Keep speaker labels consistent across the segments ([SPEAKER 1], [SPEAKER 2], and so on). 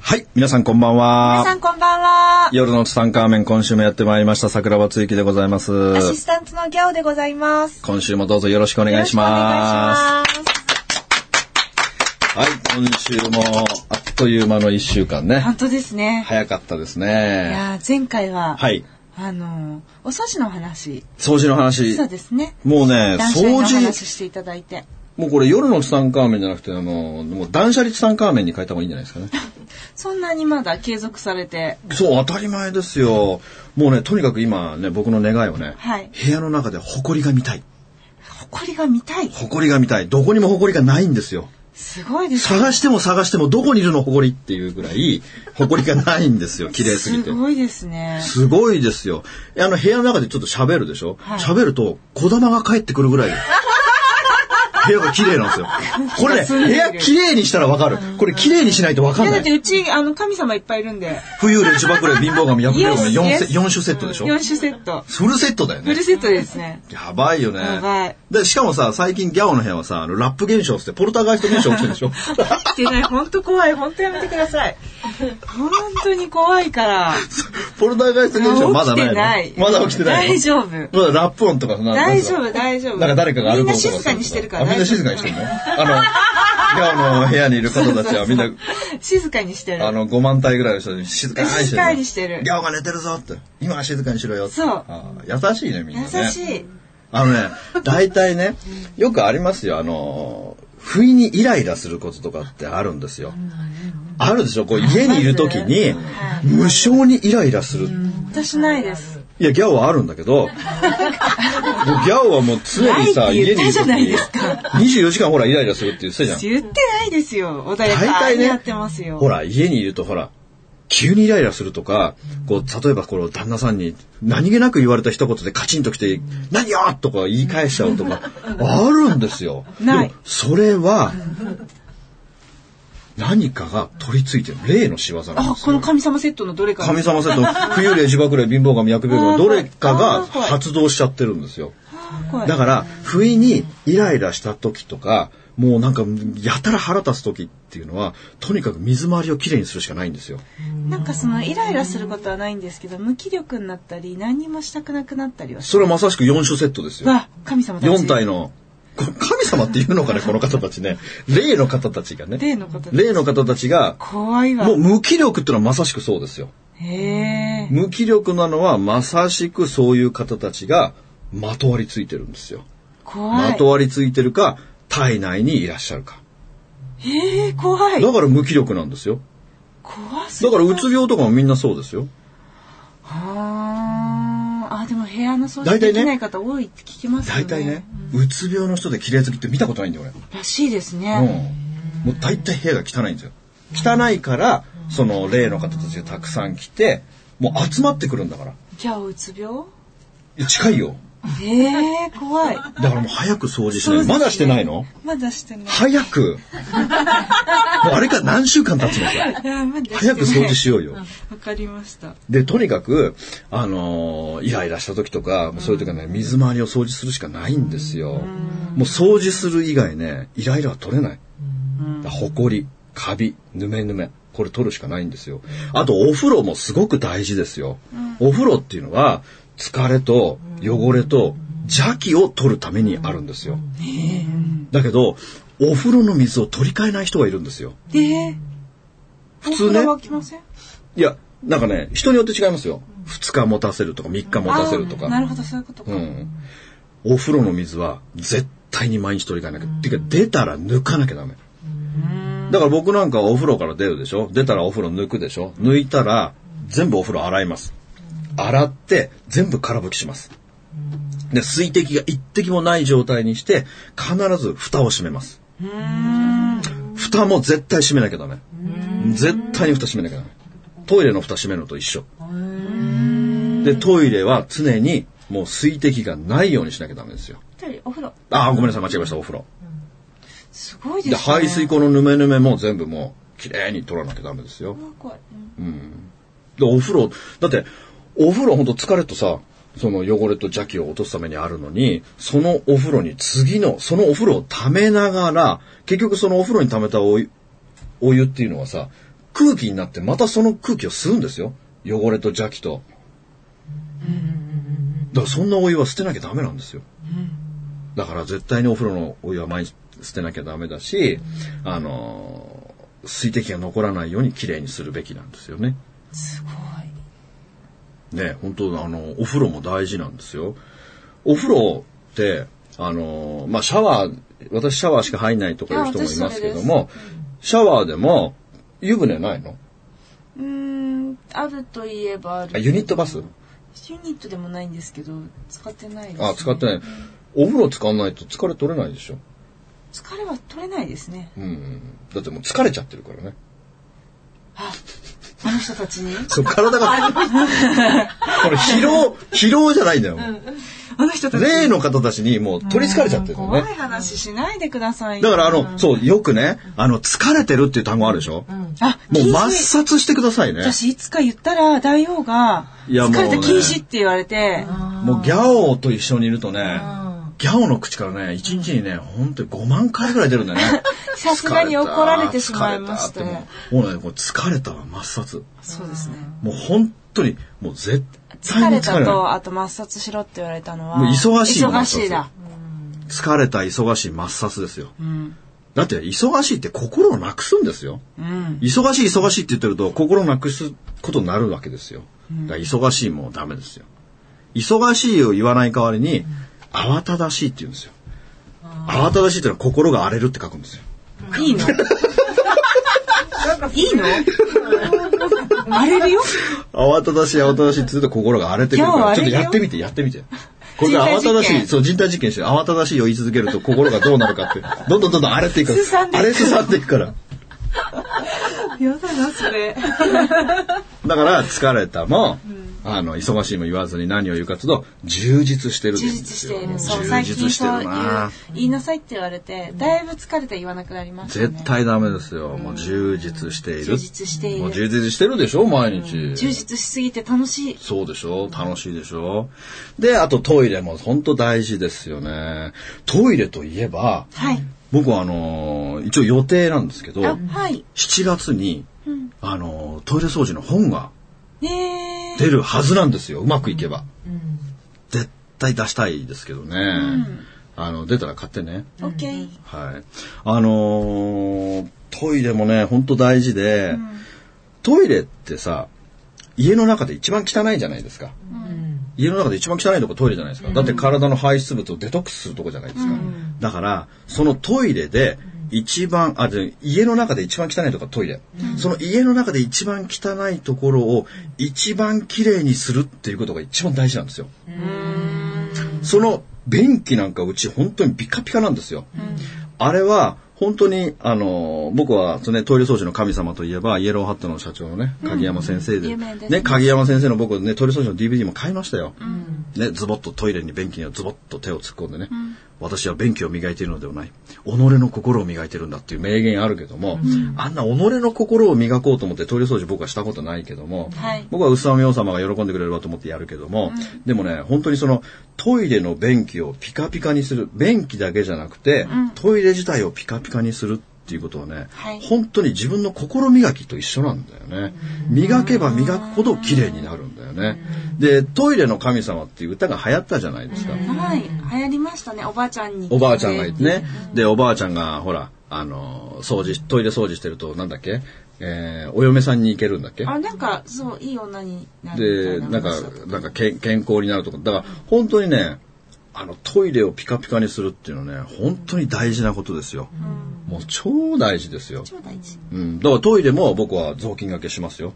[SPEAKER 1] はい、皆さんこんばん
[SPEAKER 2] 皆さ
[SPEAKER 1] は。
[SPEAKER 2] んこんばんは。
[SPEAKER 1] 夜のツタンカーメン今週もやってまいりました桜庭つゆきでございます。
[SPEAKER 2] アシスタントのギャオでございます。
[SPEAKER 1] 今週もどうぞよろしくお願いします。
[SPEAKER 2] よろしくお願いします。
[SPEAKER 1] はい、今週もあっという間の一週間ね。
[SPEAKER 2] 本当ですね。
[SPEAKER 1] 早かったです
[SPEAKER 2] い
[SPEAKER 1] ね。
[SPEAKER 2] やー前回は、
[SPEAKER 1] はい、
[SPEAKER 2] あのーお掃除のお話、
[SPEAKER 1] 掃除の話
[SPEAKER 2] そ。うですね。
[SPEAKER 1] もうね、
[SPEAKER 2] 断捨離のお
[SPEAKER 1] 掃除、
[SPEAKER 2] 話していただいて。
[SPEAKER 1] もうこれ夜のツタンカーメンじゃなくて、あの、もう断捨離ツタンカーメンに変えた方がいいんじゃないですかね。
[SPEAKER 2] そんなにまだ継続されて、
[SPEAKER 1] そう、当たり前ですよ。もうね、とにかく今ね、僕の願いをね、
[SPEAKER 2] はい
[SPEAKER 1] 部屋の中で埃が見たい。
[SPEAKER 2] 埃が見たい。
[SPEAKER 1] 埃が見たい。どこにも埃がないんですよ。
[SPEAKER 2] すごいですね。
[SPEAKER 1] 探しても探してもどこにいるの埃っていうぐらい埃がないんですよ綺麗すぎて
[SPEAKER 2] すごいですね。
[SPEAKER 1] すごいですよあの部屋の中でちょっと喋るでしょ
[SPEAKER 2] はい
[SPEAKER 1] 喋、ると小玉が返ってくる ぐらい部屋が綺麗なんですよこれね
[SPEAKER 2] 住んで
[SPEAKER 1] 部
[SPEAKER 2] る
[SPEAKER 1] 屋綺麗にしたらわかるこれ綺麗にしないとわ
[SPEAKER 2] い
[SPEAKER 1] かん
[SPEAKER 2] や
[SPEAKER 1] な
[SPEAKER 2] だって
[SPEAKER 1] いう
[SPEAKER 2] ち、あの、神様いっぱいいるんで、
[SPEAKER 1] 冬で呪縛霊貧乏神破れるの
[SPEAKER 2] Yes,
[SPEAKER 1] 4,
[SPEAKER 2] yes.
[SPEAKER 1] 4種セットでしょ、
[SPEAKER 2] 4種セット。
[SPEAKER 1] フルセットだよ
[SPEAKER 2] フ
[SPEAKER 1] ね
[SPEAKER 2] ルセットですね。
[SPEAKER 1] やばいよね
[SPEAKER 2] やばい
[SPEAKER 1] でしかもさ最近ギャオの部屋はさあのラップ現象っつってポルターガイスト現象起きてるでしょ
[SPEAKER 2] 来てない、ほんと怖い、ほんとやめてください。ほんとに怖いから。
[SPEAKER 1] ポルターガイスト現象まだない,、
[SPEAKER 2] 起きてない
[SPEAKER 1] まだ起きてないの
[SPEAKER 2] 大丈夫
[SPEAKER 1] まだラップ音とかそんな
[SPEAKER 2] 大丈夫、大丈夫。
[SPEAKER 1] なんか誰かが歩
[SPEAKER 2] みんな
[SPEAKER 1] く音と
[SPEAKER 2] 静かにしてるから
[SPEAKER 1] あみんな静かにしてるのあの、ギャオの部屋にいる方たちはみんな、
[SPEAKER 2] 静かにしてる。
[SPEAKER 1] あの、5万体ぐらいの人に静かにしてる。
[SPEAKER 2] 静かにしてる
[SPEAKER 1] ギャオが寝てるぞって。今は静かにしろよって。
[SPEAKER 2] そう
[SPEAKER 1] あー優しいね、みんなね。
[SPEAKER 2] 優しい。
[SPEAKER 1] あのね、大体ね、よくありますよ、あの、不意にイライラすることとかってあるんですよ。あるでしょこう家にいる時に、無性にイライラする。
[SPEAKER 2] 私ないです。
[SPEAKER 1] いや、ギャオはあるんだけど、もうギャオはもう常にさ、
[SPEAKER 2] ないって
[SPEAKER 1] 家
[SPEAKER 2] 言
[SPEAKER 1] に
[SPEAKER 2] った
[SPEAKER 1] いる
[SPEAKER 2] じゃ
[SPEAKER 1] 時
[SPEAKER 2] ない
[SPEAKER 1] に
[SPEAKER 2] ですか
[SPEAKER 1] 24時間ほらイライラするって言ってたじゃん。
[SPEAKER 2] 言ってないですよ。穏や
[SPEAKER 1] 大
[SPEAKER 2] か
[SPEAKER 1] 体
[SPEAKER 2] に
[SPEAKER 1] ね
[SPEAKER 2] やってますよ。
[SPEAKER 1] ほら、家にいるとほら、急にイライラするとか、こう、例えばこの旦那さんに何気なく言われた一言でカチンときて、何よとか言い返しちゃうとか、あるんですよ。
[SPEAKER 2] ない
[SPEAKER 1] でもそれは、何かが取り付いてる霊の仕業なんです
[SPEAKER 2] あ
[SPEAKER 1] よ。、
[SPEAKER 2] この神様セットのどれか。
[SPEAKER 1] 神様セット、 冬霊、自爆霊、貧乏神、薬病神、どれか
[SPEAKER 2] あ
[SPEAKER 1] が
[SPEAKER 2] ー怖い
[SPEAKER 1] 発動しちゃってるんですよ。
[SPEAKER 2] 怖い
[SPEAKER 1] だから、不意にイライラした時とか、もうなんか、やたら腹立つ時っていうのは、とにかく水回りをきれいにするしかないんですよ。
[SPEAKER 2] なんかそのイライラすることはないんですけど、無気力になったり、何にもしたくなくなったりはし
[SPEAKER 1] それはまさしく4種セットですよ。
[SPEAKER 2] わ、神様たち。
[SPEAKER 1] 4体の、こ神様っていうの かね、この方たちね。霊の方たちがね。
[SPEAKER 2] 例のこと
[SPEAKER 1] 霊の方たちが、
[SPEAKER 2] 怖いわ。
[SPEAKER 1] もう無気力っていうのはまさしくそうですよ。
[SPEAKER 2] へえ。
[SPEAKER 1] 無気力なのはまさしくそういう方たちがまとわりついてるんですよ。
[SPEAKER 2] 怖
[SPEAKER 1] ま
[SPEAKER 2] い
[SPEAKER 1] と。わりついてるか、体内にいらっしゃるか。
[SPEAKER 2] へえ、怖い。
[SPEAKER 1] だから無気力なんですよ。
[SPEAKER 2] 怖すぎ
[SPEAKER 1] だから
[SPEAKER 2] る
[SPEAKER 1] うつ病とかもみんなそうですよ。
[SPEAKER 2] あーあ、でも部屋の掃除
[SPEAKER 1] 大
[SPEAKER 2] で
[SPEAKER 1] 体ね
[SPEAKER 2] きない方多いって聞きますよね。
[SPEAKER 1] 大体ね、うつ病の人で綺麗好きって見たことないんだよ
[SPEAKER 2] らしいです
[SPEAKER 1] 俺。うん
[SPEAKER 2] ね。。
[SPEAKER 1] もう大体部屋が汚いんですよ。汚いから、その霊の方たちがたくさん来て、もう集まってくるんだから
[SPEAKER 2] じゃあ、うつ病
[SPEAKER 1] いや。近いよ。
[SPEAKER 2] ええ、怖い。
[SPEAKER 1] だからもう早く掃除しな
[SPEAKER 2] そうで
[SPEAKER 1] い。
[SPEAKER 2] すね
[SPEAKER 1] まだしてないの
[SPEAKER 2] まだしてない。
[SPEAKER 1] 早 く。もうあれから何週間経つのさ。
[SPEAKER 2] あーまだしてない
[SPEAKER 1] 早く掃除しようよ。
[SPEAKER 2] わかりました。
[SPEAKER 1] で、とにかく、あのーイライラした時とか、もうそういう時はね、水回りを掃除するしかないんですよ。もう掃除する以外ね、イライラは取れない。だほこり、カビ、ぬめぬめ、これ取るしかないんですよ。あと、お風呂もすごく大事ですよ。お風呂っていうのは、疲れと汚れと邪気を取るためにあるんですよ。だけど、お風呂の水を取り替えない人がいるんですよ。
[SPEAKER 2] ええ。
[SPEAKER 1] 普通
[SPEAKER 2] お
[SPEAKER 1] ね
[SPEAKER 2] 風呂は来ません
[SPEAKER 1] いや、なんかね、人によって違いますよ。2日持たせるとか3日持たせると
[SPEAKER 2] あーな
[SPEAKER 1] か。
[SPEAKER 2] るほど、そういうことか。
[SPEAKER 1] うん。お風呂の水は絶対に毎日取り替えなきゃ。てか出たら抜かなきゃダメ。だから僕なんかお風呂から出るでしょ出たらお風呂抜くでしょ抜いたら全部お風呂洗います。洗って全部空拭きします。で、水滴が一滴もない状態にして必ず蓋を閉めます。蓋も絶対閉めなきゃダメ。絶対に蓋閉めなきゃダメ。トイレの蓋閉めるのと一緒。で、で、トイレは常にもう水滴がないようにしなきゃダメですよ。
[SPEAKER 3] トイレお風呂
[SPEAKER 1] ああ、ごめんなさい、間違えました、お風呂。
[SPEAKER 3] すごいです
[SPEAKER 1] で、
[SPEAKER 3] ね
[SPEAKER 1] 排水口のヌメヌメも全部もう、綺麗に取らなきゃダメですよ。
[SPEAKER 3] なんかうん
[SPEAKER 1] で、お風呂、だって、お風呂ほんと疲れとさ、その汚れと邪気を落とすためにあるのに、そのお風呂に次の、そのお風呂を溜めながら、結局そのお風呂に溜めたお湯お湯っていうのはさ、空気になってまたその空気を吸うんですよ。汚れと邪気と。だからそんなお湯は捨てなきゃダメなんですよ。だから絶対にお風呂のお湯は毎日捨てなきゃダメだし、あのー水滴が残らないようにきれいにするべきなんですよね。
[SPEAKER 3] すごい
[SPEAKER 1] ね、本当あの、お風呂も大事なんですよ。お風呂って、あの、まあ、シャワー、私シャワーしか入んないとかいう人もいますけども、シャワーでも、湯船ないの
[SPEAKER 3] うーんあるといえばある
[SPEAKER 1] あユニットバス
[SPEAKER 3] ユニットでもないんですけど使ってないです、ね、
[SPEAKER 1] あ、使ってない。お風呂使わないと疲れ取れないでしょ。
[SPEAKER 3] 疲れは取れないですね
[SPEAKER 1] うん。だってもう疲れちゃってるからね。
[SPEAKER 3] あの人た ちに
[SPEAKER 1] そう、体 が、これ疲労、疲労じゃないんだよ。
[SPEAKER 3] あの人たちに
[SPEAKER 1] 例の方たちにもう取り憑かれちゃってるの
[SPEAKER 3] 怖い
[SPEAKER 1] ね。
[SPEAKER 3] 話しないでください
[SPEAKER 1] だ
[SPEAKER 3] よ
[SPEAKER 1] からあの、そう、よくね、あの、疲れてるっていう単語あるでしょ、
[SPEAKER 3] あ
[SPEAKER 1] もう
[SPEAKER 3] 禁止
[SPEAKER 1] 抹殺してくださいね。
[SPEAKER 3] 私いつか言ったら大王が「
[SPEAKER 1] いや
[SPEAKER 3] 疲
[SPEAKER 1] もうね
[SPEAKER 3] れた禁止」って言われて
[SPEAKER 1] もうギャオと一緒にいるとね、ギャオの口からね、一日にね、ほんと5万回ぐらい出るんだよね。
[SPEAKER 3] さすがに怒られてしまいまし
[SPEAKER 1] 疲
[SPEAKER 3] て
[SPEAKER 1] れたってもうもうね、こう疲れたは抹殺。
[SPEAKER 3] そうですね
[SPEAKER 1] もう本当に、もう絶
[SPEAKER 3] 疲
[SPEAKER 1] 対に
[SPEAKER 3] れ
[SPEAKER 1] 疲れ
[SPEAKER 3] た
[SPEAKER 1] ない。
[SPEAKER 3] とあと抹殺しろって言われたのは
[SPEAKER 1] もう忙しい
[SPEAKER 3] 忙しいだ
[SPEAKER 1] 疲れた、忙しい、抹殺ですよ。
[SPEAKER 3] うん
[SPEAKER 1] だって、忙しいって心をなくすんですよ。
[SPEAKER 3] うん
[SPEAKER 1] 忙しい、忙しいって言ってると、心をなくすことになるわけですよ。だから忙しいもうダメですよ。忙しいを言わない代わりに、慌ただしいって言うんですよ。慌ただしいってのは心が荒れるって書くんですよ。
[SPEAKER 3] いいのいいの荒れるよ
[SPEAKER 1] 慌ただしい、慌ただしいって言うと心が荒れてくるか
[SPEAKER 3] 今日は
[SPEAKER 1] ら、
[SPEAKER 3] あ
[SPEAKER 1] ちょ
[SPEAKER 3] れ
[SPEAKER 1] っ
[SPEAKER 3] よ
[SPEAKER 1] とやってみて、やってみて。これから慌た
[SPEAKER 3] 人体実験
[SPEAKER 1] だしい、そう、人体実験して、慌ただしいを言い続けると心がどうなるかって、どんどんどんどん荒れていく
[SPEAKER 3] すさんで
[SPEAKER 1] 荒れすさっていくから。
[SPEAKER 3] やだなそれ
[SPEAKER 1] だから、疲れたも、あの、忙しいも言わずに何を言うかというと、充実してるんです
[SPEAKER 3] 充実してい
[SPEAKER 1] よ。
[SPEAKER 3] るそう
[SPEAKER 1] 充
[SPEAKER 3] 最近
[SPEAKER 1] 実して
[SPEAKER 3] そう
[SPEAKER 1] る
[SPEAKER 3] 言う
[SPEAKER 1] な
[SPEAKER 3] 言いなさいって言われてだいぶ疲れて言わなくなりましたね
[SPEAKER 1] 絶対ダメですよ。もう充実している。
[SPEAKER 3] 充実している
[SPEAKER 1] もう充実してるでしょ、毎日。
[SPEAKER 3] 充実しすぎて楽しい
[SPEAKER 1] そうでしょ楽しいでしょで、あとトイレも本当大事ですよね。トイレといえば、
[SPEAKER 3] はい
[SPEAKER 1] 僕はあのー一応予定なんですけど、
[SPEAKER 3] あ
[SPEAKER 1] 7
[SPEAKER 3] はい
[SPEAKER 1] 月に、あのートイレ掃除の本が
[SPEAKER 3] ねえ
[SPEAKER 1] 出るはずなんですよ。うまくいけば。絶対出したいですけどね。あの、出たら買ってね。
[SPEAKER 3] オッケー
[SPEAKER 1] はい。あのートイレもね、ほんと大事で、トイレってさ、家の中で一番汚いじゃないですか。家の中で一番汚いとこトイレじゃないですか。だって体の排出物をデトックスするとこじゃないですか。だから、そのトイレで一番、あ、で家の中で一番汚いとこはトイレ。その家の中で一番汚いところを一番きれいにするっていうことが一番大事なんですよ。その便器なんかうち本当にピカピカなんですよ。あれは本当に、あの、僕は、ね、トイレ掃除の神様といえば、イエローハットの社長のね、鍵山先生で、
[SPEAKER 3] 有名ですね
[SPEAKER 1] ね、鍵山先生の僕ね、トイレ掃除の DVD も買いましたよ。ね、ズボッとトイレに便器にはズボッと手を突っ込んでね、私は便器を磨いているのではない。己の心を磨いてるんだっていう名言あるけども、あんな己の心を磨こうと思ってトイレ掃除僕はしたことないけども、
[SPEAKER 3] はい
[SPEAKER 1] 僕はうさみお様が喜んでくれればと思ってやるけども、でもね、本当にそのトイレの便器をピカピカにする、便器だけじゃなくて、トイレ自体をピカピカにするっていうことはね、
[SPEAKER 3] はい
[SPEAKER 1] 本当に自分の心磨きと一緒なんだよね。磨けば磨くほど綺麗になるんだよね。で、トイレの神様っていう歌が流行ったじゃないですか。
[SPEAKER 3] はい流行りましたねおばあちゃんに
[SPEAKER 1] おばあちゃんがいてね。で、おばあちゃんが、ほら、あの、掃除、トイレ掃除してると、なんだっけえーお嫁さんに行けるんだっけ
[SPEAKER 3] あなんかそういい女にな
[SPEAKER 1] で、
[SPEAKER 3] るみ
[SPEAKER 1] ない
[SPEAKER 3] た
[SPEAKER 1] ん
[SPEAKER 3] な
[SPEAKER 1] か
[SPEAKER 3] 話だった、
[SPEAKER 1] なんかけん健康になるとか、だから本当にね、あのトイレをピカピカにするっていうのはね、本当に大事なことですよ。もう超大事ですよ。
[SPEAKER 3] 超大事
[SPEAKER 1] うん。だからトイレも僕は雑巾がけしますよ。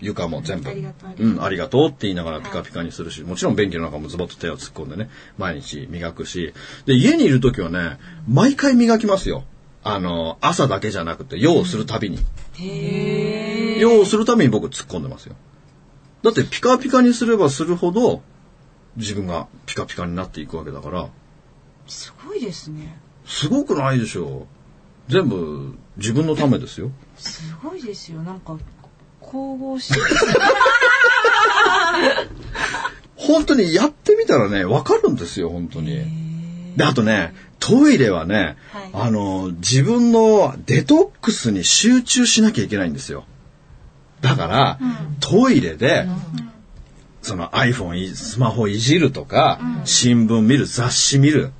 [SPEAKER 1] 床も全部。
[SPEAKER 3] ありがとうありがとう
[SPEAKER 1] うん、ありがとうって言いながらピカピカにするし、もちろん便器の中もズボッと手を突っ込んでね、毎日磨くし。で、家にいる時はね、毎回磨きますよ。あの、朝だけじゃなくて、用をするたびに。
[SPEAKER 3] へえ
[SPEAKER 1] 用をするために僕突っ込んでますよ。だってピカピカにすればするほど自分がピカピカになっていくわけだから、
[SPEAKER 3] すごいですね。
[SPEAKER 1] すごくないでしょう。全部自分のためですよ。
[SPEAKER 3] すごいですよ。なんか、神々しい。
[SPEAKER 1] 本当にやってみたらね、わかるんですよ、本当に。で、あとね、トイレはね、
[SPEAKER 3] はい
[SPEAKER 1] あの、自分のデトックスに集中しなきゃいけないんですよ。だから、トイレで、その iPhone い、スマホいじるとか、新聞見る、雑誌見る、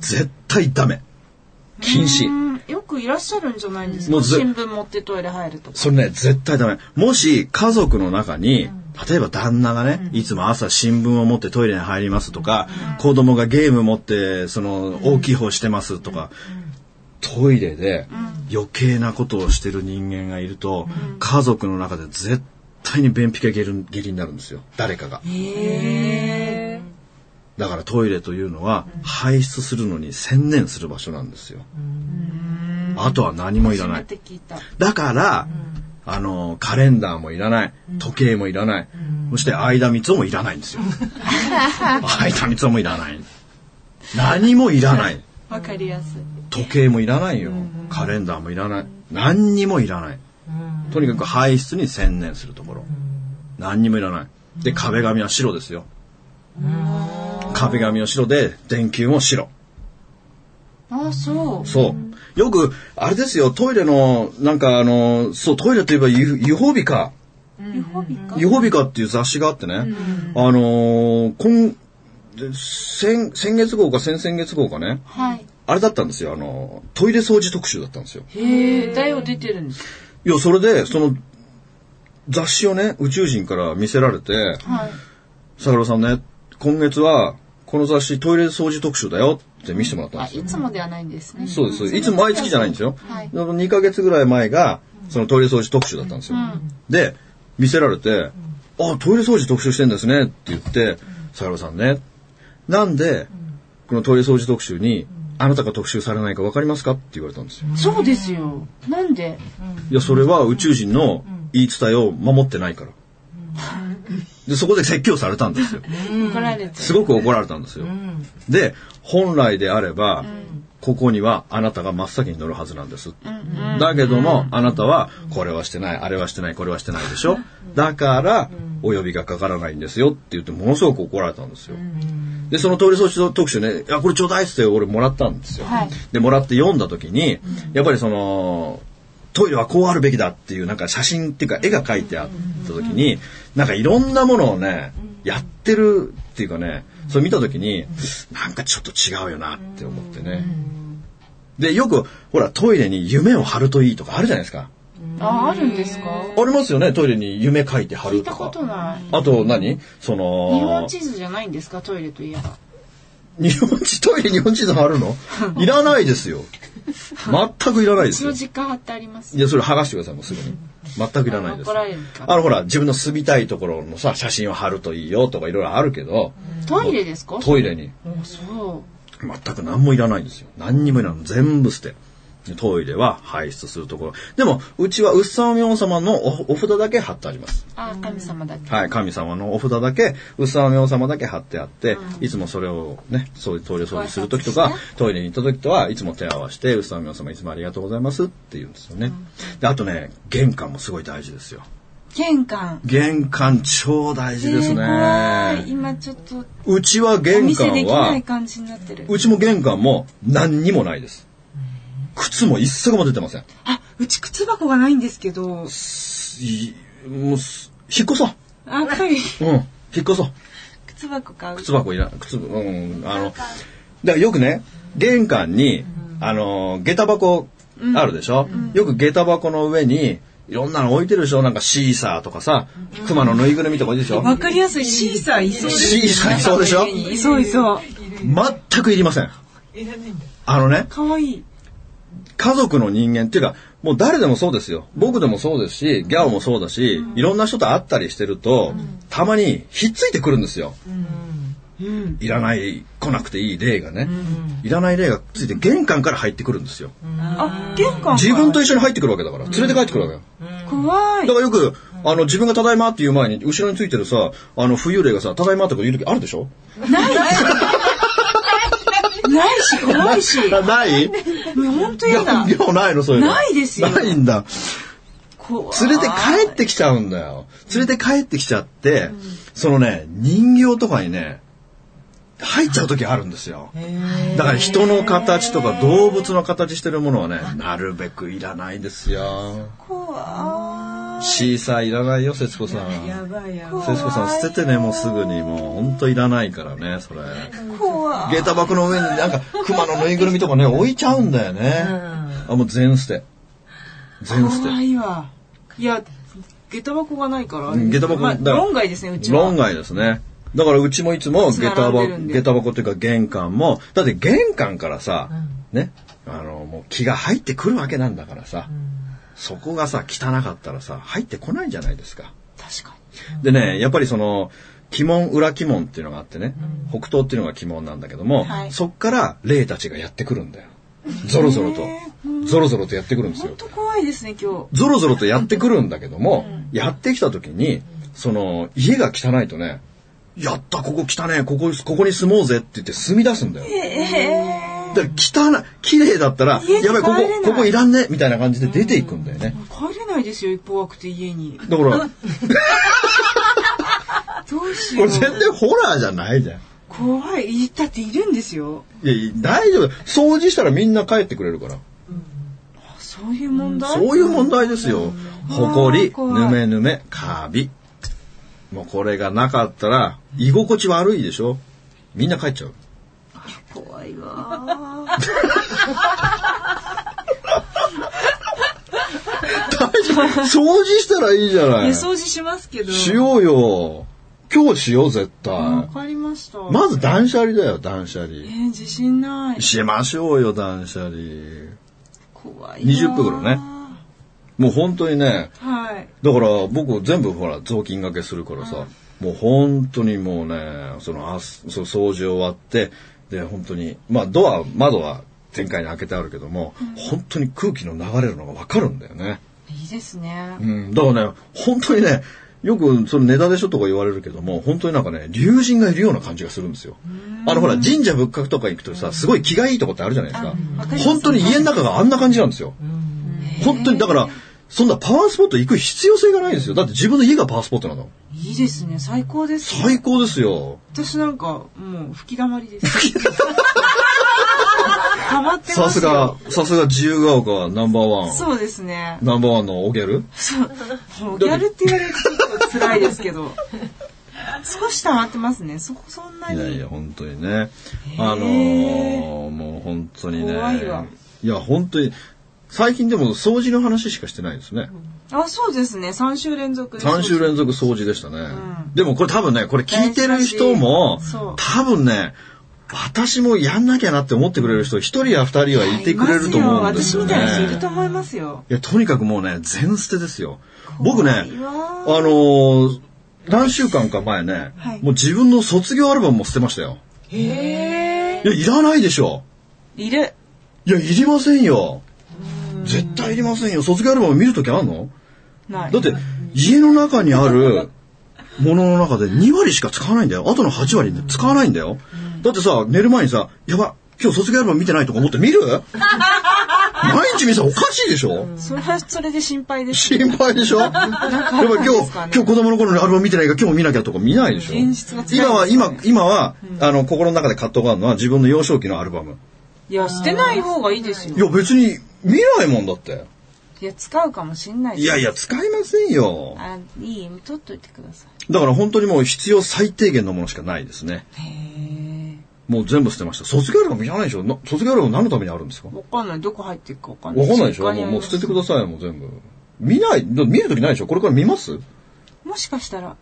[SPEAKER 1] 絶対ダメ。 禁止。
[SPEAKER 3] うんよくいらっしゃるんじゃないんです
[SPEAKER 1] も
[SPEAKER 3] か
[SPEAKER 1] うず
[SPEAKER 3] 新聞持ってトイレ入るとか。
[SPEAKER 1] それね、絶対ダメ。もし家族の中に、例えば旦那がね、いつも朝新聞を持ってトイレに入りますとか、子供がゲーム持って、その、大きい方してますとか、トイレで余計なことをしてる人間がいると、家族の中で絶対に便秘が下痢下痢になるんですよ。誰かが。
[SPEAKER 3] へ
[SPEAKER 1] だからトイレというのは排出するのに専念する場所なんですよ。あとは何もいら
[SPEAKER 3] 初
[SPEAKER 1] な
[SPEAKER 3] め
[SPEAKER 1] い。
[SPEAKER 3] て聞いた。
[SPEAKER 1] だから、あの、カレンダーもいらない、時計もいらない、そして相田光夫もいらないんですよ。相田光夫もいらない。何もいらない。
[SPEAKER 3] わかりやすい。
[SPEAKER 1] 時計もいらないよ。カレンダーもいらない。何にもいらない。とにかく排出に専念するところ。何にもいらない。で、壁紙は白ですよ。壁紙は白で、電球も白。
[SPEAKER 3] あ、そう。
[SPEAKER 1] そう。よく、あれですよ、トイレの、なんかあの、そう、トイレといえばゆ違法日か。
[SPEAKER 3] 予報日か。
[SPEAKER 1] ユホビカっていう雑誌があってね、あのー今、で先、先月号か先々月号かね、
[SPEAKER 3] はい。
[SPEAKER 1] あれだったんですよ、あのー、トイレ掃除特集だったんですよ。
[SPEAKER 3] へえ、だよ出てるんですか。
[SPEAKER 1] いや、それで、その、雑誌をね、宇宙人から見せられて、
[SPEAKER 3] はい。
[SPEAKER 1] 桜さんね、今月は、この雑誌トイレ掃除特集だよって見せてもらったん
[SPEAKER 3] あ、
[SPEAKER 1] ですよ
[SPEAKER 3] い。つもではないんですね。
[SPEAKER 1] そうです。いつも毎月じゃないんですよ。
[SPEAKER 3] はい
[SPEAKER 1] その2ヶ月ぐらい前が、そのトイレ掃除特集だったんですよ。で、見せられて、あ、トイレ掃除特集してんですねって言って、相良さんね、なんで、このトイレ掃除特集に、あなたが特集されないか分かりますかって言われたんですよ。
[SPEAKER 3] そうですよ。なんで
[SPEAKER 1] いや、それは宇宙人の言い伝えを守ってないから。で、そこで説教されたんですよ。
[SPEAKER 3] 怒られて。
[SPEAKER 1] すごく怒られたんですよ。で、本来であれば、ここにはあなたが真っ先に乗るはずなんです。だけども、あなたは、これはしてない、あれはしてない、これはしてないでしょ。だから、お呼びがかからないんですよって言って、ものすごく怒られたんですよ。で、その通り装置の特集ね、いや、これちょうだいっつって俺もらったんですよ。
[SPEAKER 3] はい
[SPEAKER 1] で、もらって読んだ時に、やっぱりその、トイレはこうあるべきだっていうなんか写真っていうか絵が描いてあった時に、なんかいろんなものをね、やってるっていうかね、それ見た時に、なんかちょっと違うよなって思ってね。で、よく、ほら、トイレに夢を貼るといいとかあるじゃないですか。
[SPEAKER 3] あ、あるんですか
[SPEAKER 1] ありますよね、トイレに夢書いて貼
[SPEAKER 3] 聞
[SPEAKER 1] る
[SPEAKER 3] いた
[SPEAKER 1] と
[SPEAKER 3] こと
[SPEAKER 1] か。
[SPEAKER 3] ない。
[SPEAKER 1] あと何その、
[SPEAKER 3] 日本地図じゃないんですかトイレといえば。
[SPEAKER 1] 日本地、トイレ日本地図貼る のいらないですよ。全くいらないです
[SPEAKER 3] 一応
[SPEAKER 1] よ。
[SPEAKER 3] 実家貼ってあります。
[SPEAKER 1] いや、それ剥がしてください、もうすぐに。全くいらないです。
[SPEAKER 3] 怒られるから
[SPEAKER 1] あの、ほら、自分の住みたいところのさ、写真を貼るといいよとかいろいろあるけど、
[SPEAKER 3] トイレですか
[SPEAKER 1] トイレに
[SPEAKER 3] あそ
[SPEAKER 1] 全く何もいらないんですよ。何にもいらない。全部捨て。トイレは排出するところ。でも、うちは、うっさんおん様のおお札だけ貼ってあります。
[SPEAKER 3] う。あ、神様だけ。
[SPEAKER 1] はい、神様のお札だけ、うさめお様だけ貼ってあって、いつもそれをね、そういうトイレ掃除するときとか、トイレに行ったときとは、いつも手を合わせて、うさめお様いつもありがとうございますって言うんですよね。で、あとね、玄関もすごい大事ですよ。
[SPEAKER 3] 玄関。
[SPEAKER 1] 玄関超大事です
[SPEAKER 3] えー怖い
[SPEAKER 1] ね。
[SPEAKER 3] 今ちょっと、
[SPEAKER 1] うちは
[SPEAKER 3] お
[SPEAKER 1] 玄
[SPEAKER 3] 見せ
[SPEAKER 1] 関
[SPEAKER 3] できな、
[SPEAKER 1] はい
[SPEAKER 3] 感じになってる。
[SPEAKER 1] うちも玄関も何にもないです。靴も一足も出てません。
[SPEAKER 3] あ、うち靴箱がないんですけど、
[SPEAKER 1] いもうす、引っ越そう。
[SPEAKER 3] あ、やっぱ
[SPEAKER 1] うん、
[SPEAKER 3] り
[SPEAKER 1] 引っ越そう。
[SPEAKER 3] 靴箱買う。
[SPEAKER 1] 靴箱いら靴うんあのだからよくね玄関に、あの下駄箱あるでしょ、よく下駄箱の上にいろんなの置いてるでしょなんかシーサーとかさ熊のぬいぐるみとか置いてるでしょ、
[SPEAKER 4] わかりやすいシーサーいそうです
[SPEAKER 1] シーサーいそうでしょ
[SPEAKER 4] いそういそう。
[SPEAKER 1] 全くいりませんあのね
[SPEAKER 3] かわいい。
[SPEAKER 1] 家族の人間っていうかもう誰でもそうですよ僕でもそうですしギャオもそうだし、いろんな人と会ったりしてると、たまにひっついてくるんですよ、
[SPEAKER 3] うん。
[SPEAKER 1] いらない来なくていい霊がね、いらない霊がついて玄関から入ってくるんですよ、
[SPEAKER 3] あ、玄関
[SPEAKER 1] 自分と一緒に入ってくるわけだから連れて帰ってくるわけよ、
[SPEAKER 3] 怖い
[SPEAKER 1] だか。らよくあの、自分がただいまって言う前に、後ろについてるさ、あの、浮遊霊がさ、ただいまってこと言う時あるでしょ
[SPEAKER 4] ないし、怖いし。
[SPEAKER 1] あ ない
[SPEAKER 4] もう本当やだ。
[SPEAKER 1] 量ないの、そういうの。
[SPEAKER 4] ないですよ
[SPEAKER 1] ないんだ。
[SPEAKER 4] 怖い
[SPEAKER 1] 連れて帰ってきちゃうんだよ。連れて帰ってきちゃって、そのね、人形とかにね、入っちゃう時あるんですよ。だから人の形とか動物の形してるものはね、なるべくいらないですよ。
[SPEAKER 4] 怖
[SPEAKER 1] シーサーいらないよ、節子さ
[SPEAKER 4] い。や
[SPEAKER 1] ん。
[SPEAKER 4] ばいやばい。
[SPEAKER 1] 節子さん捨ててね、もうすぐに。もうほんといらないからね、それ。
[SPEAKER 4] 怖い。
[SPEAKER 1] 下駄箱の上になんか熊のぬいぐるみとかね、置いちゃうんだよね。あ、もう全捨て。全捨て。
[SPEAKER 4] 怖いわ。いや、下駄箱がないから。
[SPEAKER 1] うん下駄箱
[SPEAKER 4] まあ
[SPEAKER 1] だから
[SPEAKER 4] 論外ですね、うちは。
[SPEAKER 1] 論外ですね。だからうちもいつも下駄
[SPEAKER 4] 並
[SPEAKER 1] 箱、
[SPEAKER 4] んでるんで
[SPEAKER 1] 下駄箱っていうか玄関も、だって玄関からさ、ね、あの、もう気が入ってくるわけなんだからさ、そこがさ、汚かったらさ、入ってこないじゃないですか。
[SPEAKER 4] 確か
[SPEAKER 1] でね、やっぱりその、鬼門、裏鬼門っていうのがあってね、北東っていうのが鬼門なんだけども、
[SPEAKER 3] はい
[SPEAKER 1] そっから霊たちがやってくるんだよ。ゾロゾロと、ゾロゾロとやってくるんですよ
[SPEAKER 4] に。。本当怖いですね、今
[SPEAKER 1] ゾロゾロとやってくるんだけども、やってきた時に、その、家が汚いとね、やった、ここ汚ねえ、ここ、ここに住もうぜって言って住み出すんだよ。
[SPEAKER 4] 日。え
[SPEAKER 1] だから汚い、綺麗だったら、
[SPEAKER 4] 家に
[SPEAKER 1] やばい、こ
[SPEAKER 4] 帰れない
[SPEAKER 1] こ、ここいらんね、みたいな感じで出ていくんだよね。
[SPEAKER 4] ー、帰れないですよ、怖くて家に。
[SPEAKER 1] だから、こ
[SPEAKER 4] どうし
[SPEAKER 1] れ
[SPEAKER 4] よう。
[SPEAKER 1] 全然ホラーじゃないじゃん。
[SPEAKER 4] 怖い。いだっているんですよ。
[SPEAKER 1] いやいや、大丈夫。掃除したらみんな帰ってくれるから。
[SPEAKER 4] そういう問題、
[SPEAKER 1] そういう問題ですよ。ほこり、ぬめぬめ、カビ。もうこれがなかったら、居心地悪いでしょみんな帰っちゃう。
[SPEAKER 4] 怖いわ。
[SPEAKER 1] 大丈夫掃除したらいいじゃないい。
[SPEAKER 4] や、掃除しますけど。
[SPEAKER 1] しようよ。今日しよう、絶対
[SPEAKER 4] わ。かりました。
[SPEAKER 1] まず断捨離だよ、断捨離
[SPEAKER 4] え。ー、自信ない。
[SPEAKER 1] しましょうよ、断捨離。
[SPEAKER 4] 怖い。
[SPEAKER 1] 20袋ね。もう本当にね、
[SPEAKER 4] はい。
[SPEAKER 1] だから僕全部ほら、雑巾掛けするからさ、もう本当にもうね、その、あすその掃除終わって、で、本当に、まあドア、窓は前回に開けてあるけども、本当に空気の流れるのがわかるんだよね。
[SPEAKER 4] いいですね
[SPEAKER 1] う。ん、だからね、本当にね、よくそのネタでしょとか言われるけども、本当になんかね、竜神がいるような感じがするんですよ。あのほら、神社仏閣とか行くとさ、すごい気がいいとこってあるじゃないです
[SPEAKER 3] あわ
[SPEAKER 1] か
[SPEAKER 3] か。ります
[SPEAKER 1] 本当に家の中があんな感じなんですよ。本当に、だから、そんなパワースポット行く必要性がないんですよ。だって自分の家がパワースポットなの。
[SPEAKER 4] いいですね。最高です。
[SPEAKER 1] 最高ですよ。
[SPEAKER 4] 私なんか、もう、吹き溜まりです。溜まってますよ。
[SPEAKER 1] さすが。、さすが自由が丘ナンバーワン。
[SPEAKER 4] そうですね。
[SPEAKER 1] ナンバーワンのオギャル
[SPEAKER 4] もうギャルって言われるとちょっと辛いですけど。少し溜まってますね。そこそんない
[SPEAKER 1] やい
[SPEAKER 4] に。
[SPEAKER 1] や、本当にね。あのー、もう本当にね。
[SPEAKER 4] 怖いわ
[SPEAKER 1] いや、本当に、最近でも掃除の話しかしてないですね。
[SPEAKER 4] あ、そうですね。3週連続で。
[SPEAKER 1] 3週連続掃除でしたね。でもこれ多分ね、これ聞いてる人も
[SPEAKER 4] 大事だしそう、
[SPEAKER 1] 多分ね、私もやんなきゃなって思ってくれる人、一人や二人はいてくれると思うんですよね。
[SPEAKER 4] いますよ私みたいな人いると思いますよ。
[SPEAKER 1] いや、とにかくもうね、全捨てですよ。僕ね、あ
[SPEAKER 4] いわ
[SPEAKER 1] のー何週間か前ね、
[SPEAKER 4] はい
[SPEAKER 1] もう自分の卒業アルバムも捨てましたよ。
[SPEAKER 4] へえ。
[SPEAKER 1] いや、いらないでしょ。
[SPEAKER 4] いる。
[SPEAKER 1] いや、いりませんよ。絶対いりませんよ。卒業アルバム見るときあんの
[SPEAKER 4] ない。
[SPEAKER 1] だって、家の中にあるものの中で2割しか使わないんだよ。あとの8割ね、使わないんだよ。だってさ、寝る前にさ、やば、今日卒業アルバム見てないとか思って見 る毎日見せたらおかしいでしょ
[SPEAKER 4] それはそれで心配です。
[SPEAKER 1] 心配でしょやっぱり今日、
[SPEAKER 4] ですか
[SPEAKER 1] 今
[SPEAKER 4] ね
[SPEAKER 1] 日子供の頃のアルバム見てないから今日も見なきゃとか見ないでしょ
[SPEAKER 4] 現実が近いですね
[SPEAKER 1] 今は、今、今は、あの、心の中で葛藤があるのは自分の幼少期のアルバム。
[SPEAKER 4] いや、捨てない方がいいです
[SPEAKER 1] い
[SPEAKER 4] よ。
[SPEAKER 1] や、別に見ないもんだって。
[SPEAKER 4] いや、使うかもしんないし
[SPEAKER 1] いやいや、使いませんよ。
[SPEAKER 4] あ、いい、取っといてくださ
[SPEAKER 1] だから本当にもう必要最低限のものしかないですね。
[SPEAKER 4] い。へ
[SPEAKER 1] もう全部捨てました。卒業アルバムいらないでしょな卒業アルバム何のためにあるんですか
[SPEAKER 4] え。
[SPEAKER 1] わ
[SPEAKER 4] わかんない。どこ入っていくかわかんない。
[SPEAKER 1] かんないでしょ
[SPEAKER 4] 実
[SPEAKER 1] も
[SPEAKER 4] 家に
[SPEAKER 1] う
[SPEAKER 4] あり
[SPEAKER 1] も
[SPEAKER 4] ま
[SPEAKER 1] う
[SPEAKER 4] す
[SPEAKER 1] 捨ててください、もう全部。見ない、だ見るときないでしょこれから見ます
[SPEAKER 4] もしかしたら。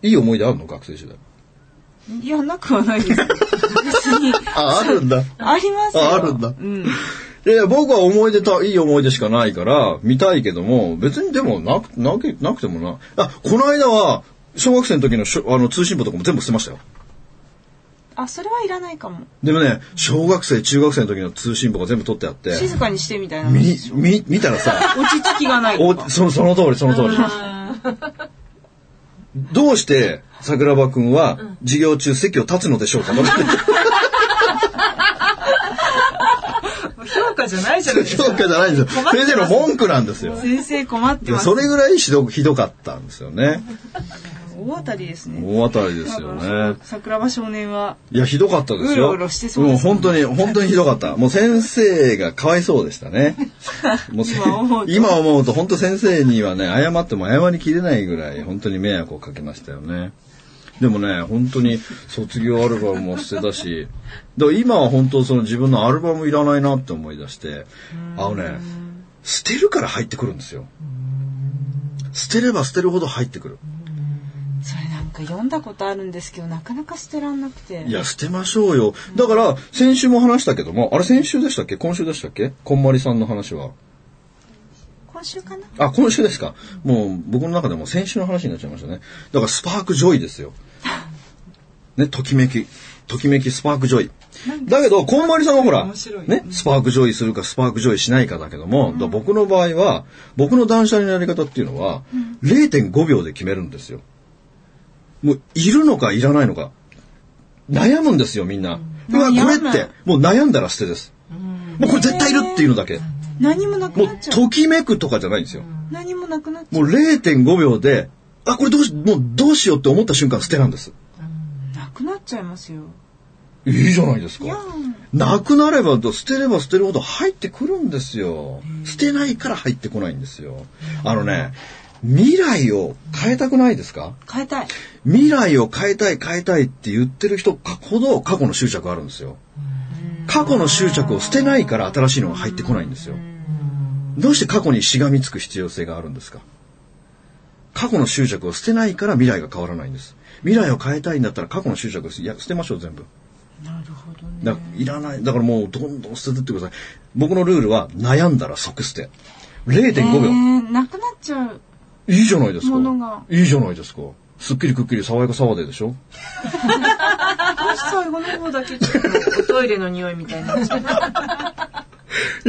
[SPEAKER 1] いい思い出あるの学生時代。
[SPEAKER 4] いや、なくはないです。別に。
[SPEAKER 1] あ、あるんだ。
[SPEAKER 4] ありますよ。
[SPEAKER 1] ああるんだ
[SPEAKER 4] うん。
[SPEAKER 1] いや、僕は思い出た、いい思い出しかないから、見たいけども、別にでもなく、なく、なくてもな。あ、この間は、小学生の時のしょあの通信簿とかも全部捨てましたよ。
[SPEAKER 4] あ、それはいらないかも。
[SPEAKER 1] でもね、小学生、中学生の時の通信簿が全部取ってあって、
[SPEAKER 4] 静かにしてみたいな。落
[SPEAKER 1] み、み、見たらさ、
[SPEAKER 4] ち着きがないと
[SPEAKER 1] お
[SPEAKER 4] か。
[SPEAKER 1] その、その通り、その通り。どうして桜庭くんは授業中席を立つのでし ょうかと
[SPEAKER 4] 評価じゃないじゃないです
[SPEAKER 1] そう
[SPEAKER 4] か。
[SPEAKER 1] かじゃないんですよ。先生の文句なんですよ。
[SPEAKER 4] 先生困ってます。
[SPEAKER 1] それぐらいひどひどかったんですよね。
[SPEAKER 4] 大当たりですね。
[SPEAKER 1] 大当たりですよね。
[SPEAKER 4] 桜庭少年は。
[SPEAKER 1] いや、ひどかったですよ。
[SPEAKER 4] うろうろしてそうですね
[SPEAKER 1] もう本当に、本当にひどか った。もう先生がかわいそうでしたね。もうせ
[SPEAKER 4] 今思うと
[SPEAKER 1] 今思うと本当先生にはね、謝っても謝りきれないぐらい、本当に迷惑をかけましたよね。でもね、本当に卒業アルバムも捨てたし、だから今は本当その自分のアルバムいらないなって思い出して、あのね、捨てるから入ってくるんですよ。捨てれば捨てるほど入ってくる。
[SPEAKER 4] それなんか読んだことあるんですけど、なかなか捨てらんなくて
[SPEAKER 1] い。や、捨てましょうよ。だから、先週も話したけども、あれ先週でしたっけ今週でしたっけこんまりさんの話は。
[SPEAKER 4] 今週かな
[SPEAKER 1] あ、今週ですか。もう、僕の中でも先週の話になっちゃいましたね。だから、スパークジョイですよ。ね、ときめき。ときめきスパークジョイ。だけど、こんまりさんはほら
[SPEAKER 4] 面白、い
[SPEAKER 1] ね、スパークジョイするかスパークジョイしないかだけども、だから僕の場合は、僕の断捨離のやり方っていうのは、0.5秒で決めるんですよ。もう、いるのかいらないのか。悩むんですよ、みんな。うわ、これって、もう悩んだら捨てです。もうこれ絶対いるっていうのだけ。
[SPEAKER 4] 何もなく
[SPEAKER 1] も
[SPEAKER 4] な
[SPEAKER 1] う
[SPEAKER 4] っ、ちゃう。
[SPEAKER 1] ときめくとかじゃないんですよ。
[SPEAKER 4] 何もなくなっちゃ
[SPEAKER 1] もう0.5秒で、あ、これどうし、もうどうしようって思った瞬間捨てなんです。
[SPEAKER 4] う。なくなっちゃいますよ。
[SPEAKER 1] いいじゃないですか。なくなれば、捨てれば捨てるほど入ってくるんですよ。捨てないから入ってこないんですよ。あのね、未来を変えたくないですか
[SPEAKER 4] 変えたい。
[SPEAKER 1] 未来を変えたい変えたいって言ってる人ほど過去の執着あるんですよ。過去の執着を捨てないから新しいのが入ってこないんですよ。どうして過去にしがみつく必要性があるんですか過去の執着を捨てないから未来が変わらないんです。未来を変えたいんだったら過去の執着を捨ていや捨てましょう全部。
[SPEAKER 4] なるほどね。
[SPEAKER 1] だからいらない。だからもうどんどん捨ててってください。僕のルールは悩んだら即捨て。0.5秒。
[SPEAKER 4] えーなくなっちゃう。
[SPEAKER 1] いいじゃないですか
[SPEAKER 4] ものが。
[SPEAKER 1] いいじゃないですか。すっきりくっきり爽やかさわででしょ
[SPEAKER 4] 私最後の方だけちょっ とおトイレの匂いみたいになっちゃう。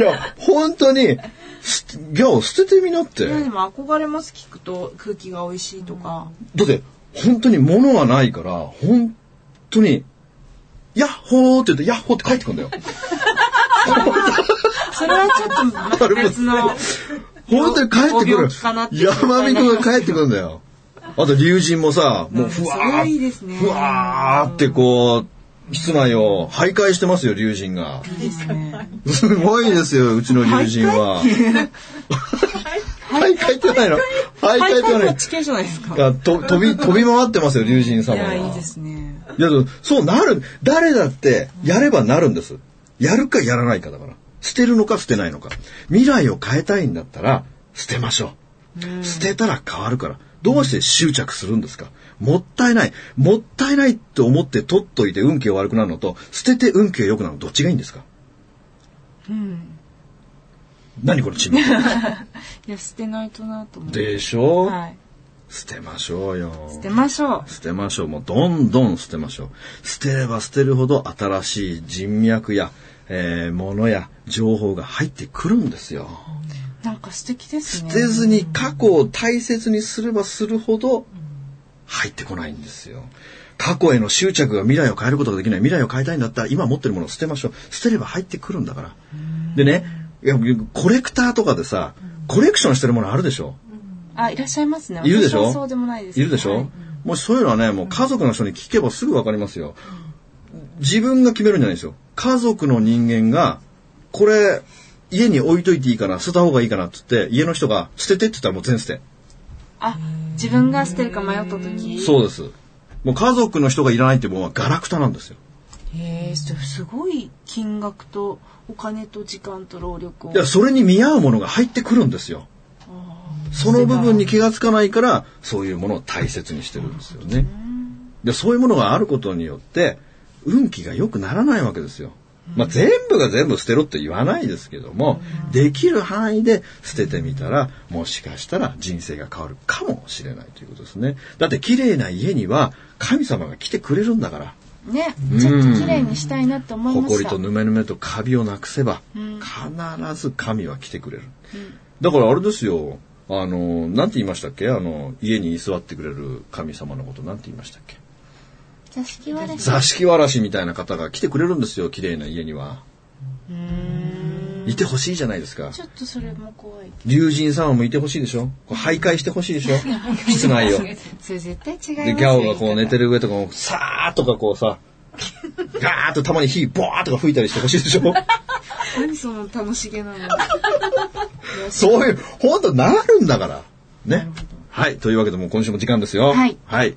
[SPEAKER 1] いや、本当に、すいや、捨ててみなって。
[SPEAKER 4] いやでも憧れます聞くと空気が美味しいとか、
[SPEAKER 1] だって、本当に物がないから、本当に、ヤッホーって言って、ヤッホーって帰ってくんだよ。
[SPEAKER 4] それはちょっとまた 別の
[SPEAKER 1] 本当に帰って
[SPEAKER 4] ご
[SPEAKER 1] く
[SPEAKER 4] 病
[SPEAKER 1] る
[SPEAKER 4] 気かなっ。ていう
[SPEAKER 1] 山見君が帰ってくるんだよ。あと、竜神もさ、もうふわ
[SPEAKER 4] それはいい
[SPEAKER 1] ー
[SPEAKER 4] で
[SPEAKER 1] っ
[SPEAKER 4] すね
[SPEAKER 1] ふわーってこう、室内を徘徊してますよ、竜神が。
[SPEAKER 4] いいですね
[SPEAKER 1] すごいですよ、うちの竜神は。 徘徊ってないの徘徊
[SPEAKER 4] 大
[SPEAKER 1] って
[SPEAKER 4] 会
[SPEAKER 1] な
[SPEAKER 4] の
[SPEAKER 1] い
[SPEAKER 4] 地形じゃないですかい
[SPEAKER 1] がと飛び、飛び回ってますよ、竜神様は。
[SPEAKER 4] やいいですね
[SPEAKER 1] いや、でもそうなる。誰だって、やればなるんです。やるかやらないかだから。捨てるのか捨てないのか。未来を変えたいんだったら、捨てましょう。捨てたら変わるから。どうして執着するんですかもったいない。もったいないって思って取っといて運気が悪くなるのと、捨てて運気が良くなるのどっちがいいんですか何これ 沈黙。
[SPEAKER 4] いや捨てないとなと思って
[SPEAKER 1] でしょ、
[SPEAKER 4] はい
[SPEAKER 1] 捨てましょうよ。
[SPEAKER 4] 捨てましょう
[SPEAKER 1] 捨てましょう。もうどんどん捨てましょう。捨てれば捨てるほど新しい人脈や、えー、ものや情報が入ってくるんですよ。
[SPEAKER 4] なんか素敵です
[SPEAKER 1] 捨
[SPEAKER 4] ね
[SPEAKER 1] てずに過去を大切にすればするほど入ってこないんですよ。過去への執着が未来を変えることができない。未来を変えたいんだったら今持ってるものを捨てましょう。捨てれば入ってくるんだから。でね、いやコレクターとかでさ、コレクションしてるものあるでしょ。
[SPEAKER 4] あいらっしゃいますね
[SPEAKER 1] いるでしょ
[SPEAKER 4] 私はそうでもないです
[SPEAKER 1] いるでしょ、
[SPEAKER 4] はい
[SPEAKER 1] もうそういうのはね、もう家族の人に聞けばすぐわかりますよ。自分が決めるんじゃないですよ。家族の人間が、これ、家に置いといていいかな、捨てた方がいいかなって言って、家の人が捨ててって言ったらもう全捨て。
[SPEAKER 4] あ自分が捨てるか迷った時
[SPEAKER 1] そうです。もう家族の人がいらないってものはガラクタなんですよ。
[SPEAKER 4] へえそれすごい金額とお金と時間と労力を
[SPEAKER 1] いや、それに見合うものが入ってくるんですよ。その部分に気がつかないから、そういうものを大切にしてるんですよね。で、そういうものがあることによって、運気が良くならないわけですよ。まあ、全部が全部捨てろって言わないですけども、できる範囲で捨ててみたら、もしかしたら人生が変わるかもしれないということですね。だって綺麗な家には神様が来てくれるんだから。
[SPEAKER 4] ねちょっと綺麗にしたいなって思いま
[SPEAKER 1] 埃
[SPEAKER 4] した
[SPEAKER 1] とぬめぬめとカビをなくせば、必ず神は来てくれる、だからあれですよあの、なんて言いましたっけあの、家に居座ってくれる神様のことなんて言いましたっけ
[SPEAKER 3] 座敷わらし。
[SPEAKER 1] 座敷わらしみたいな方が来てくれるんですよ、綺麗な家には。いてほしいじゃないですか。
[SPEAKER 5] ちょっとそれも怖い
[SPEAKER 1] 竜神様もいてほしいでしょこう徘徊してほしいでしょ室内を。
[SPEAKER 3] それ絶対違います
[SPEAKER 1] で、
[SPEAKER 3] よ。
[SPEAKER 1] ギャオがこう寝て
[SPEAKER 3] る。
[SPEAKER 1] る上とかも、さーっとかこうさ、ガーッとたまに火、ボーッとか吹いたりしてほしいでしょ
[SPEAKER 6] 何その楽しげな の。
[SPEAKER 1] そういう、ほんとなるんだから。ね。はい。というわけでもう今週も時間ですよ。
[SPEAKER 3] はい
[SPEAKER 1] はい。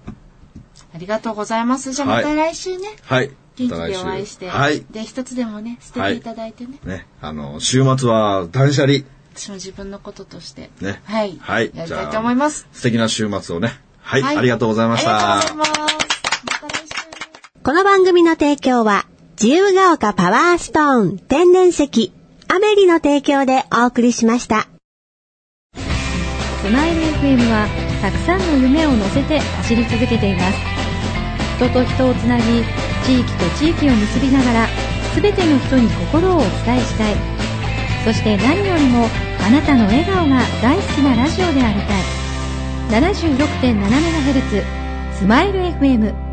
[SPEAKER 3] ありがとうございます。じゃあ
[SPEAKER 1] は
[SPEAKER 3] ま
[SPEAKER 1] い
[SPEAKER 3] た来週ね。
[SPEAKER 1] はい。
[SPEAKER 3] 元気
[SPEAKER 1] また来
[SPEAKER 3] で
[SPEAKER 1] 週
[SPEAKER 3] お会いして。
[SPEAKER 1] はい。
[SPEAKER 3] で、一つでもね、捨てていただいてね。
[SPEAKER 1] ね。あの、週末は断捨離。
[SPEAKER 3] 私も自分のこととして。
[SPEAKER 1] ね。
[SPEAKER 3] はい。
[SPEAKER 1] はい。
[SPEAKER 3] やり
[SPEAKER 1] じゃ
[SPEAKER 3] たい
[SPEAKER 1] あ
[SPEAKER 3] と思います。
[SPEAKER 1] 素敵な週末をね。はい。
[SPEAKER 3] はい
[SPEAKER 1] ありがとうございました。
[SPEAKER 3] ありがとうございます。また来週。
[SPEAKER 2] この番組の提供は、自由が丘パワーストーン天然石、アメリの提供でお送りしました。
[SPEAKER 7] スマイル FM はたくさんの夢を乗せて走り続けています人と人をつなぎ地域と地域を結びながら全ての人に心をお伝えしたいそして何よりもあなたの笑顔が大好きなラジオでありたい 76.7MHz スマイル FM